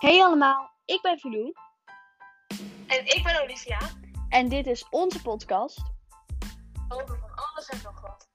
Hey allemaal, ik ben Filou En ik ben Olivia. en dit is onze podcast. Over van alles en nog wat.